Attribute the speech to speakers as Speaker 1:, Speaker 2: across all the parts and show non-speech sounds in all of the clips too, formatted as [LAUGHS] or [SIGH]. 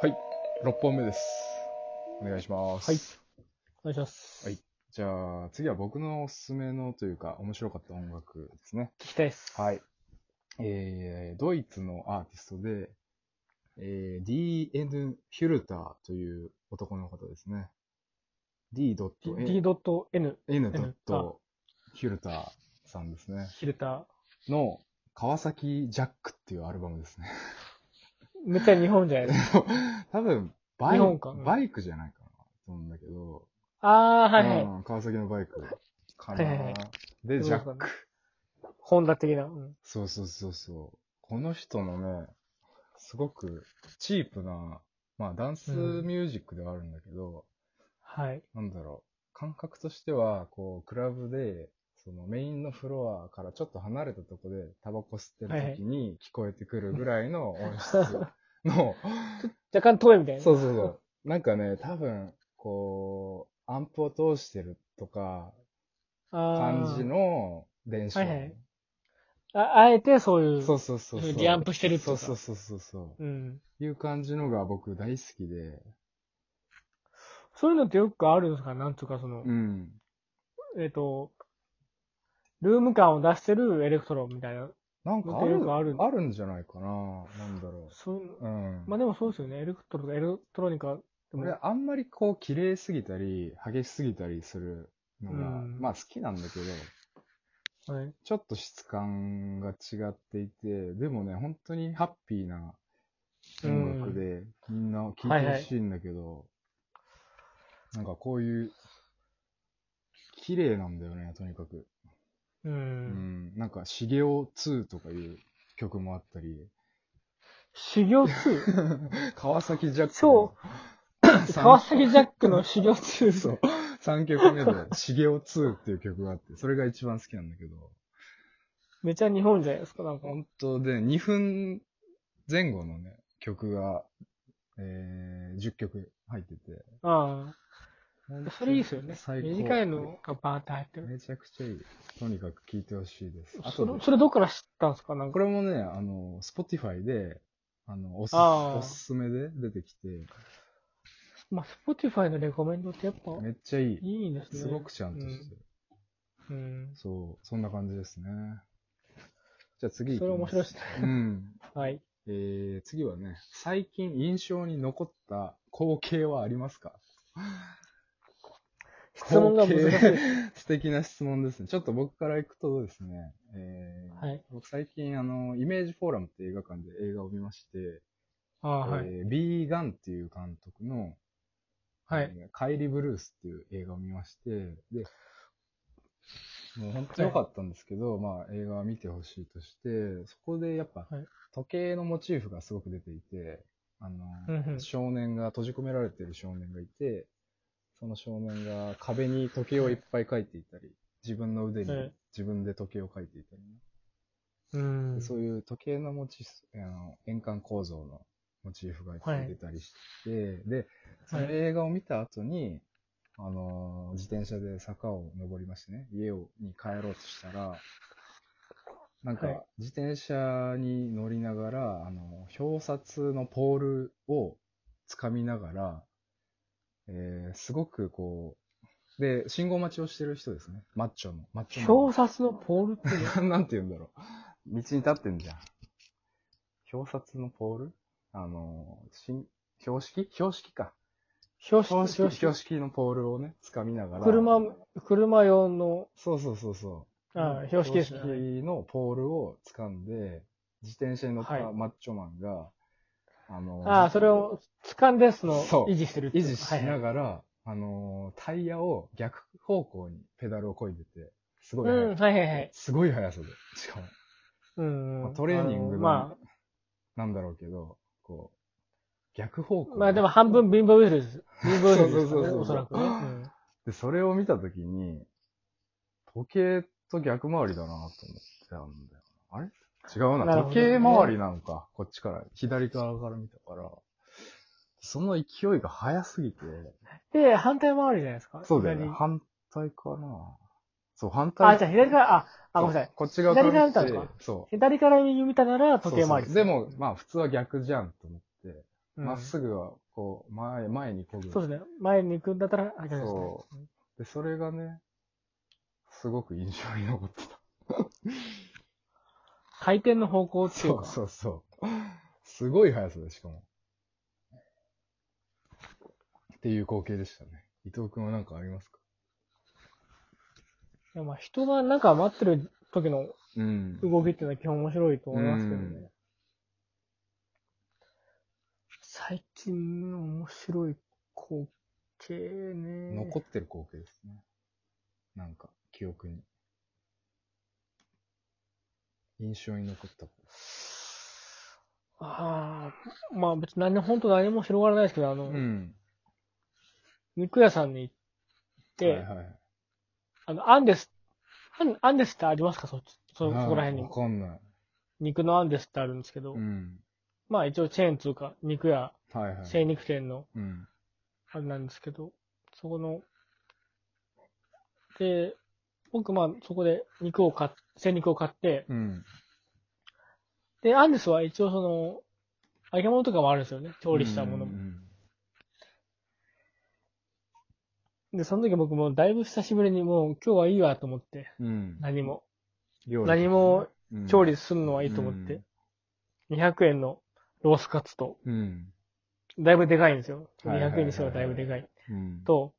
Speaker 1: はい。6本目です。お願いします。
Speaker 2: はい。お願いします。
Speaker 1: はいじゃあ、次は僕のおすすめのというか、面白かった音楽ですね。
Speaker 2: 聞きたいです。
Speaker 1: はい。。えー、ドイツのアーティストで、えー、D.N. ヒュルターという男の方ですね。D.N.
Speaker 2: D.N.
Speaker 1: N. ヒュルターさんですね。
Speaker 2: ヒルタ
Speaker 1: の、川崎ジャックっていうアルバムですね。 [LAUGHS]
Speaker 2: ー。めっちゃ日本じゃないですか。
Speaker 1: 多分、バイ
Speaker 2: 日本かうん
Speaker 1: バイクじゃないかなと思うんだけど、
Speaker 2: あー、はいはい。
Speaker 1: うん、川崎のバイクか
Speaker 2: はいはいは。
Speaker 1: ないで、ジャ
Speaker 2: そう
Speaker 1: ック
Speaker 2: だね。本田的な。うん。
Speaker 1: そうそうそうそう。この人のね、すごくチープな、まあダンスミュージックではあるんだけど、
Speaker 2: はい。
Speaker 1: なんだろう。感覚としては、こう、クラブで、そのメインのフロアからちょっと離れたとこでタバコ吸ってる時に聞こえてくるぐらい
Speaker 2: [LAUGHS]
Speaker 1: の音質の、
Speaker 2: 若干遠いみたいな。
Speaker 1: そうそうそう。なんかね、多分、こう、アンプを通してるとか、
Speaker 2: あー
Speaker 1: 感じ。の電子音。
Speaker 2: はいはいああえてそういう。
Speaker 1: そうそうそうそう。
Speaker 2: リアンプしてるって
Speaker 1: そ
Speaker 2: こ
Speaker 1: う
Speaker 2: と
Speaker 1: そうそうそうそう。
Speaker 2: うん。
Speaker 1: いう感じのが僕大好きで。
Speaker 2: そういうのってよくあるんですかなんつうかその、
Speaker 1: うん。
Speaker 2: えっ、と、ルーム感を出してるエレクトロみたいな。
Speaker 1: なんかある
Speaker 2: よくある
Speaker 1: あるんじゃないかな。なんだろ
Speaker 2: そういうの
Speaker 1: う。うん。
Speaker 2: まあでもそうですよね。エレクトロとかエレクトロニカでも。
Speaker 1: 俺あんまりこう綺麗すぎたり、激しすぎたりするのが、
Speaker 2: うん
Speaker 1: まあ好きなんだけど、
Speaker 2: はい。
Speaker 1: ちょっと質感が違っていて、でもね、本当にハッピーな音楽で、みんな聴いてほしいんだけど、なんかこういう、綺麗なんだよね、とにかく。う
Speaker 2: う。
Speaker 1: んん、なんか、シゲオ2とかいう曲もあったり、
Speaker 2: 修行 2?
Speaker 1: [LAUGHS] 川崎ジャック。
Speaker 2: 超川崎ジャックの修行2。
Speaker 1: そう。3曲目で、シゲオ2っていう曲があって、それが一番好きなんだけど、
Speaker 2: めちゃ日本じゃないですか、なんか。
Speaker 1: 本当で、2分前後のね、曲が、えー、10曲入ってて。
Speaker 2: あ
Speaker 1: 本当
Speaker 2: あ。
Speaker 1: に
Speaker 2: それいいですよね。
Speaker 1: 最高
Speaker 2: 短いのがバーって入ってる。
Speaker 1: めちゃくちゃいい。とにかく聴いてほしいです。あ
Speaker 2: そ
Speaker 1: と
Speaker 2: れ、それどっから知ったんですかなん
Speaker 1: こ
Speaker 2: か。
Speaker 1: れもね、あの、Spotify で、あの、おす
Speaker 2: あー
Speaker 1: おすすめで出てきて、
Speaker 2: まあ、Spotify のレコメンドってやっぱ、
Speaker 1: めっちゃいい。
Speaker 2: いいですね。
Speaker 1: すごくちゃんとしてる。
Speaker 2: うん。
Speaker 1: そう、そんな感じですね。じゃあ次行き
Speaker 2: それ面白い
Speaker 1: ま
Speaker 2: ですすね。
Speaker 1: うん。
Speaker 2: はい。
Speaker 1: えー、次はね、最近印象に残った光景はありますか
Speaker 2: 質問が難しい。
Speaker 1: 光景素敵な質問ですね。ちょっと僕から行くとですね、えー
Speaker 2: はい。
Speaker 1: 僕最近あの、イメージフォーラムって映画館で映画を見まして、
Speaker 2: ああ、はい。
Speaker 1: えービーガンっていう監督の、
Speaker 2: はい。
Speaker 1: えーカイリ・ブルースっていう映画を見まして、で、もう本当に良かったんですけど、まあ映画は見てほしいとして、そこでやっぱ
Speaker 2: はい
Speaker 1: 時計のモチーフがすごく出ていて、あの、
Speaker 2: うんうん
Speaker 1: 少年が閉じ込められてる少年がいて、その少年が壁に時計をいっぱい描いていたり、自分の腕に
Speaker 2: はい
Speaker 1: 自分で時計を描いていたりね、
Speaker 2: うん。
Speaker 1: そういう時計のモチーフ、あの円環構造のモチーフが出てたりして、で、その映画を見た後に、あのー、自転車で坂を登りましてね、家をに帰ろうとしたら、なん
Speaker 2: はい
Speaker 1: か、自転車に乗りながら、あの、表札のポールを掴みながら、えー、すごくこう、で、信号待ちをしてる人ですね。マッチョの。マッチョの。
Speaker 2: 表札のポールっていうの
Speaker 1: なん [LAUGHS] て言うんだろう。道に立ってんじゃん。表札のポールあの、しん標識標識か。
Speaker 2: 表
Speaker 1: 標
Speaker 2: 紙
Speaker 1: 識、
Speaker 2: 標
Speaker 1: 標
Speaker 2: 識。
Speaker 1: 識のポールをね、掴みながら。
Speaker 2: 車、車用の、
Speaker 1: そうそうそうそ
Speaker 2: ああ
Speaker 1: う。
Speaker 2: 標識ですね。
Speaker 1: 標識のポールを掴んで、自転車に乗った
Speaker 2: はい
Speaker 1: マッチョマンが、あの、
Speaker 2: ああ、それを掴んで、その、
Speaker 1: そう
Speaker 2: 維持してるってい
Speaker 1: 維
Speaker 2: う
Speaker 1: 持しな
Speaker 2: はい
Speaker 1: がら、あの、タイヤを逆方向にペダルをこいでて、すごい
Speaker 2: は
Speaker 1: 速い、
Speaker 2: い、うん、はいはいはい。
Speaker 1: すごい速さで、しかも。
Speaker 2: うん、
Speaker 1: まあトレーニングの
Speaker 2: あのまあ、
Speaker 1: なんだろうけど、こう、逆方向。
Speaker 2: まあでも半分貧乏ウイルス。貧乏ウイルスです
Speaker 1: そうそうそ
Speaker 2: か
Speaker 1: う
Speaker 2: ね、
Speaker 1: そう
Speaker 2: おそらくね。うん
Speaker 1: で、それを見たときに、時計と逆回りだなと思ってたんだよな。あれ違うな
Speaker 2: なるほ
Speaker 1: 時
Speaker 2: どね
Speaker 1: 計回りなのか。こっちから、左側から見たから。その勢いが速すぎて。
Speaker 2: で、反対回りじゃないですか。
Speaker 1: そうだよね。
Speaker 2: 左
Speaker 1: 反対かな。そう、反対。
Speaker 2: あ、じゃあ左から、あ、あ、ごめんなさい
Speaker 1: そ。うこっち側から見て。
Speaker 2: 左側見たのか
Speaker 1: そう。
Speaker 2: 左から右見たなら時計回り
Speaker 1: そうそう
Speaker 2: す
Speaker 1: でも、まあ普通は逆じゃんと思って。
Speaker 2: うん
Speaker 1: まっすぐは、こう、前、前に漕ぐ。
Speaker 2: そうですね。前に行くんだったら、あ、
Speaker 1: そで、それがね、すごく印象に残ってた。
Speaker 2: 回転の方向ってい
Speaker 1: そうう
Speaker 2: か。
Speaker 1: そうそう。すごい速さで、しかも。っていう光景でしたね。伊藤くんは何かありますか
Speaker 2: いやまあ人がなんか待ってる時の
Speaker 1: うん
Speaker 2: 動きっていうのは基本面白いと思いますけどね。
Speaker 1: うん
Speaker 2: 最近の面白い光景ね。
Speaker 1: 残ってる光景ですね。なんか、記憶に。印象に残った。
Speaker 2: ああ、まあ別に何も、本当何も広がらないですけど、あの、
Speaker 1: ん。
Speaker 2: 肉屋さんに行って、
Speaker 1: はいはい、
Speaker 2: あの、アンデス、アンアンデスってありますかそっち、そ、そこら辺に
Speaker 1: わ。かんない。
Speaker 2: 肉のアンデスってあるんですけど、
Speaker 1: うん。
Speaker 2: まあ一応チェーン通か、肉屋、
Speaker 1: はいはい。
Speaker 2: 精肉店の、
Speaker 1: うん。
Speaker 2: あれなんですけど、そこの、で、僕まあそこで肉を買っ、精肉を買って、
Speaker 1: うん。
Speaker 2: で、アンデスは一応その、揚げ物とかもあるんですよね。調理したもの
Speaker 1: う
Speaker 2: も。
Speaker 1: ん
Speaker 2: で、その時僕もうだいぶ久しぶりにもう今日はいいわと思って、
Speaker 1: うんうん。
Speaker 2: 何も。
Speaker 1: 料理
Speaker 2: 何も
Speaker 1: うん
Speaker 2: 調理するのはいいと思って、200円のロースカツと、
Speaker 1: うん。
Speaker 2: だいぶでかいんですよ。
Speaker 1: はいはいはいはい
Speaker 2: 200円にしてはだいぶでかい。
Speaker 1: うん。
Speaker 2: と、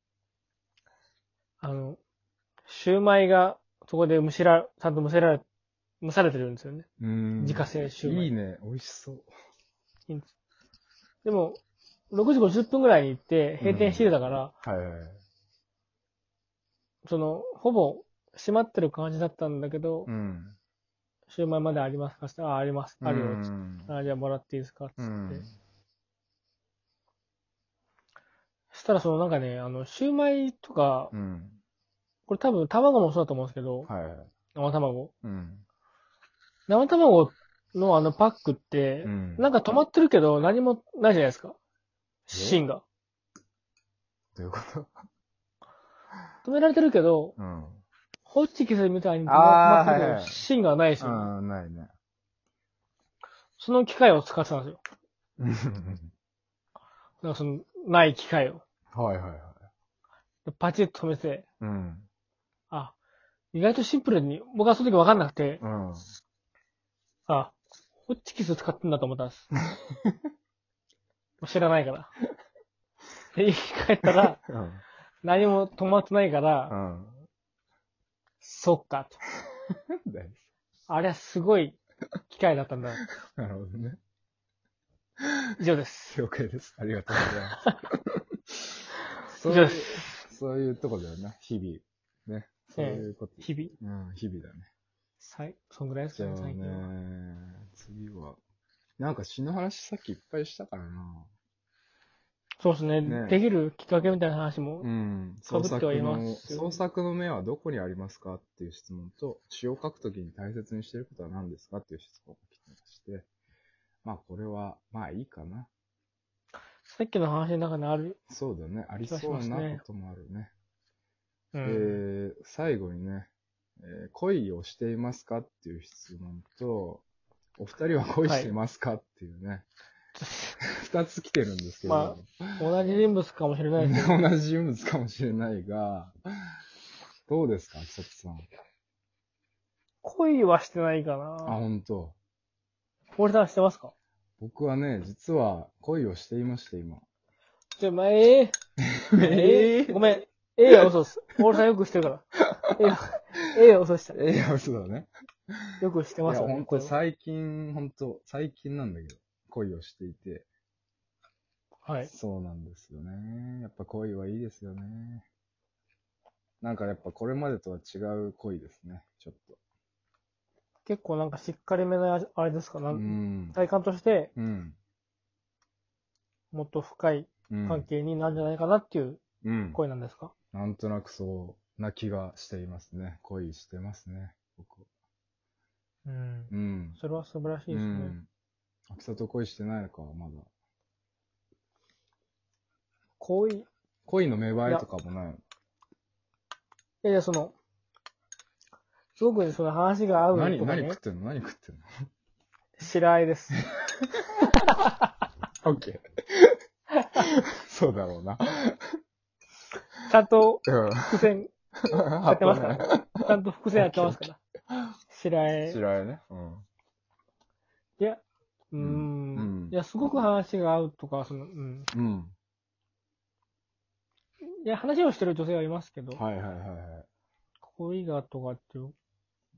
Speaker 2: あの、シューマイがそこで蒸しら、ちゃんと蒸せられ、蒸されてるんですよね。
Speaker 1: うん。
Speaker 2: 自家製シューマイ。
Speaker 1: いいね。美味しそう。
Speaker 2: でも、6時50分ぐらいに行って閉店してたから、
Speaker 1: はいはいはい。
Speaker 2: その、ほぼ閉まってる感じだったんだけど、
Speaker 1: うん。
Speaker 2: シューマイまでありますかってあ、あります。あるよ。つって
Speaker 1: うん
Speaker 2: あ、じゃあもらっていいですかつって。
Speaker 1: うん。
Speaker 2: そしたらそのなんかね、あの、シューマイとか、
Speaker 1: うん。
Speaker 2: これ多分卵もそうだと思うんですけど、
Speaker 1: はいはい。
Speaker 2: 生卵。
Speaker 1: うん。
Speaker 2: 生卵のあのパックって、
Speaker 1: うん
Speaker 2: なんか止まってるけど何もないじゃないですか。
Speaker 1: え
Speaker 2: 芯が。
Speaker 1: どういうこと
Speaker 2: 止められてるけど、
Speaker 1: うん。
Speaker 2: ホッチキスみたいに止ま
Speaker 1: あー
Speaker 2: ってるけ
Speaker 1: はい
Speaker 2: ど、
Speaker 1: はい
Speaker 2: 芯がないし、
Speaker 1: ああ、ないね。
Speaker 2: その機械を使ってたんです
Speaker 1: う
Speaker 2: よ。
Speaker 1: ん
Speaker 2: なんかその、ない機械を。
Speaker 1: はいはいはい。
Speaker 2: でパチッと止めて、
Speaker 1: うん。
Speaker 2: あ、意外とシンプルに、僕はその時分かんなくて、
Speaker 1: うん。
Speaker 2: あ、ホッチキス使ってんだと思った
Speaker 1: [LAUGHS]
Speaker 2: んです。知らないから。で、言い換えた
Speaker 1: [LAUGHS]
Speaker 2: ら、
Speaker 1: うん。
Speaker 2: 何も止まってないから、
Speaker 1: うん。
Speaker 2: そっかと。
Speaker 1: だい
Speaker 2: あれはすごい機会だったんだ。
Speaker 1: なるほどね。
Speaker 2: 以上です。
Speaker 1: 了解です。ありがとうございます。そ
Speaker 2: 以
Speaker 1: うい
Speaker 2: 上で
Speaker 1: う、
Speaker 2: す。
Speaker 1: そういうとこだよな、日々。ね。そういうこと。
Speaker 2: 日々。
Speaker 1: うん、日々だね。
Speaker 2: はい。そんぐらいです
Speaker 1: じ
Speaker 2: か
Speaker 1: ゃあ
Speaker 2: ね、最
Speaker 1: ね
Speaker 2: 近は。、
Speaker 1: 次は。なんか詩の話さっきいっぱいしたからな。
Speaker 2: そうですね
Speaker 1: ね
Speaker 2: できるきっかけみたいな話も。
Speaker 1: うん。
Speaker 2: 被
Speaker 1: 創
Speaker 2: って
Speaker 1: 作
Speaker 2: はいま
Speaker 1: の、
Speaker 2: すよ
Speaker 1: 創作の目はどこにありますかっていう質問と、詩を書くときに大切にしてることは何ですかっていう質問が来てまして。まあ、これは、まあいいかな。
Speaker 2: さっきの話の中にある。
Speaker 1: そうだね。あり
Speaker 2: 気がし
Speaker 1: そう
Speaker 2: ますね
Speaker 1: なこともあるね。
Speaker 2: うん。
Speaker 1: えー最後にね、えー恋をしていますかっていう質問と、お二人は恋していますかっていうね、 [LAUGHS] 二、つ来てるんですけど、
Speaker 2: ま同じ人物かもしれないですけど。
Speaker 1: 同じ人物かもしれないが、どうですか、千里さん。
Speaker 2: 恋はしてないか
Speaker 1: あ、
Speaker 2: な。
Speaker 1: 本当。
Speaker 2: 俺さんしてますか
Speaker 1: 僕はね、実は恋をしていまして、今。
Speaker 2: じゃ、まあ、ええええごめん。ええは嘘です。俺さんよくしてるから。ええは、ええは嘘でした。
Speaker 1: えいや、嘘だね。
Speaker 2: よくして
Speaker 1: い
Speaker 2: ま
Speaker 1: や、
Speaker 2: すよ、ね。
Speaker 1: 本当最近、本当最近なんだけど、恋をしていて。
Speaker 2: はい。
Speaker 1: そうなんですよね。やっぱ恋はいいですよね。なんかやっぱこれまでとは違う恋ですね、ちょっと。
Speaker 2: 結構なんかしっかりめな、あれですか、な
Speaker 1: うんん。
Speaker 2: 体感として、
Speaker 1: うん。
Speaker 2: もっと深い
Speaker 1: うん。
Speaker 2: 関係になるんじゃないかなっていう
Speaker 1: うん。
Speaker 2: 声なんですか、
Speaker 1: なんとなくそうな気がしていますね。恋してますね、僕。
Speaker 2: うん、
Speaker 1: うん。
Speaker 2: それは素晴らしいですね。
Speaker 1: うん。秋里恋してないのか、まだ。
Speaker 2: 恋、い
Speaker 1: 恋の芽生えとかもない
Speaker 2: やいや、その、すごくその話が合
Speaker 1: の。
Speaker 2: う
Speaker 1: 何、
Speaker 2: とか
Speaker 1: 何
Speaker 2: ね
Speaker 1: 食っ、てんの何食ってんの
Speaker 2: 白あえです。
Speaker 1: オッケー。 [LAUGHS] そうだろう
Speaker 2: [LAUGHS]
Speaker 1: な。
Speaker 2: ちゃんと
Speaker 1: うん。
Speaker 2: 伏線
Speaker 1: 貼
Speaker 2: やってますから。ちゃんと伏線やっ
Speaker 1: [LAUGHS]
Speaker 2: てますから。白
Speaker 1: ね。
Speaker 2: え
Speaker 1: 知らないね。うん。
Speaker 2: いや、う
Speaker 1: う
Speaker 2: ー
Speaker 1: んん。
Speaker 2: いや、すごく話が合うとか、その、うん。
Speaker 1: うん。
Speaker 2: いや、話をしてる女性はいますけど、
Speaker 1: はいはいはいはい。
Speaker 2: 恋がとかっていう。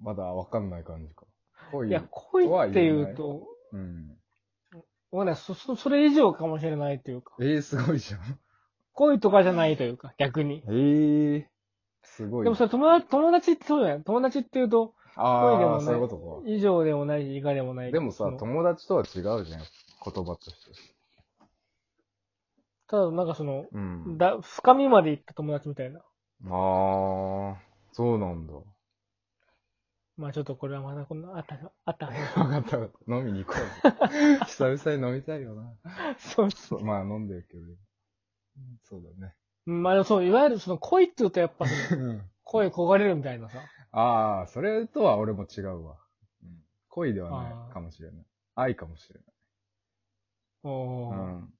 Speaker 1: まだわかんない感じか。
Speaker 2: い
Speaker 1: 恋。
Speaker 2: や、恋っていうと、
Speaker 1: うん。
Speaker 2: わかんないそ、そ、それ以上かもしれないというか、
Speaker 1: えー、すごいじゃん。
Speaker 2: 恋とかじゃないというか、逆に。
Speaker 1: えー、すごい。
Speaker 2: でもそれ友達、友達ってそうじゃない友達っていうと、
Speaker 1: あ
Speaker 2: 恋でもな
Speaker 1: あ、
Speaker 2: い
Speaker 1: そういうこと
Speaker 2: 以上でもないし、以下でもない。
Speaker 1: か。でもさ
Speaker 2: そ、の
Speaker 1: 友達とは違うじゃん。言葉として。
Speaker 2: ただなんかその、
Speaker 1: うん。
Speaker 2: だ、深みまで行った友達みたいな。
Speaker 1: ああ、そうなんだ。
Speaker 2: まあちょっとこれはまだこんな、あったが、あったが。
Speaker 1: [LAUGHS] わかったわかった。飲みに行こ [LAUGHS] う。久々に飲みたいよな。
Speaker 2: [LAUGHS] そうそ
Speaker 1: そう、まあ飲んでるけど。うんそうだね。
Speaker 2: う。まあでもそう、いわゆるその恋っていうとやっぱその、
Speaker 1: うん
Speaker 2: 恋焦がれるみたいなさ。
Speaker 1: ああ、それとは俺も違うわ。うん恋では
Speaker 2: あ
Speaker 1: ない
Speaker 2: ー
Speaker 1: かもしれない。愛かもしれ
Speaker 2: お
Speaker 1: な
Speaker 2: ー
Speaker 1: い。うん。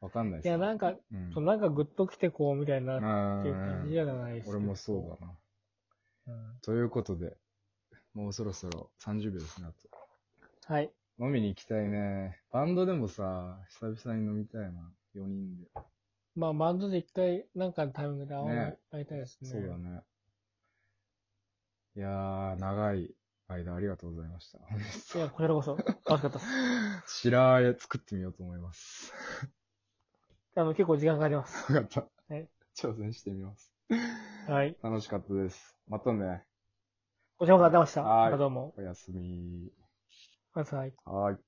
Speaker 1: わかんない
Speaker 2: いや、なんか、
Speaker 1: うん
Speaker 2: そうなんかグッときてこう、みたいな、っていう感じ
Speaker 1: う
Speaker 2: じ
Speaker 1: ん
Speaker 2: ゃないですけど
Speaker 1: 俺もそうだな。
Speaker 2: うん
Speaker 1: ということで、もうそろそろ30秒ですね、あと。
Speaker 2: はい。
Speaker 1: 飲みに行きたいね。バンドでもさ、久々に飲みたいな。4人で。
Speaker 2: まあバンドで一回、なんかのタイミングで会わない、
Speaker 1: ね
Speaker 2: 会いたいですね。
Speaker 1: そうだね。いやー、長い間ありがとうございま
Speaker 2: [LAUGHS]
Speaker 1: した。
Speaker 2: いや、こちらこそ、楽しかったです。
Speaker 1: 白あえ作ってみようと思います。
Speaker 2: あの、結構時間かかります。
Speaker 1: わかった。
Speaker 2: はい
Speaker 1: 挑戦してみます。
Speaker 2: はい。
Speaker 1: 楽しかったです。またね。
Speaker 2: ご視聴ありがとうございました。
Speaker 1: はい
Speaker 2: またどうも。
Speaker 1: おやすみ。
Speaker 2: おやすみなさい。
Speaker 1: はーい。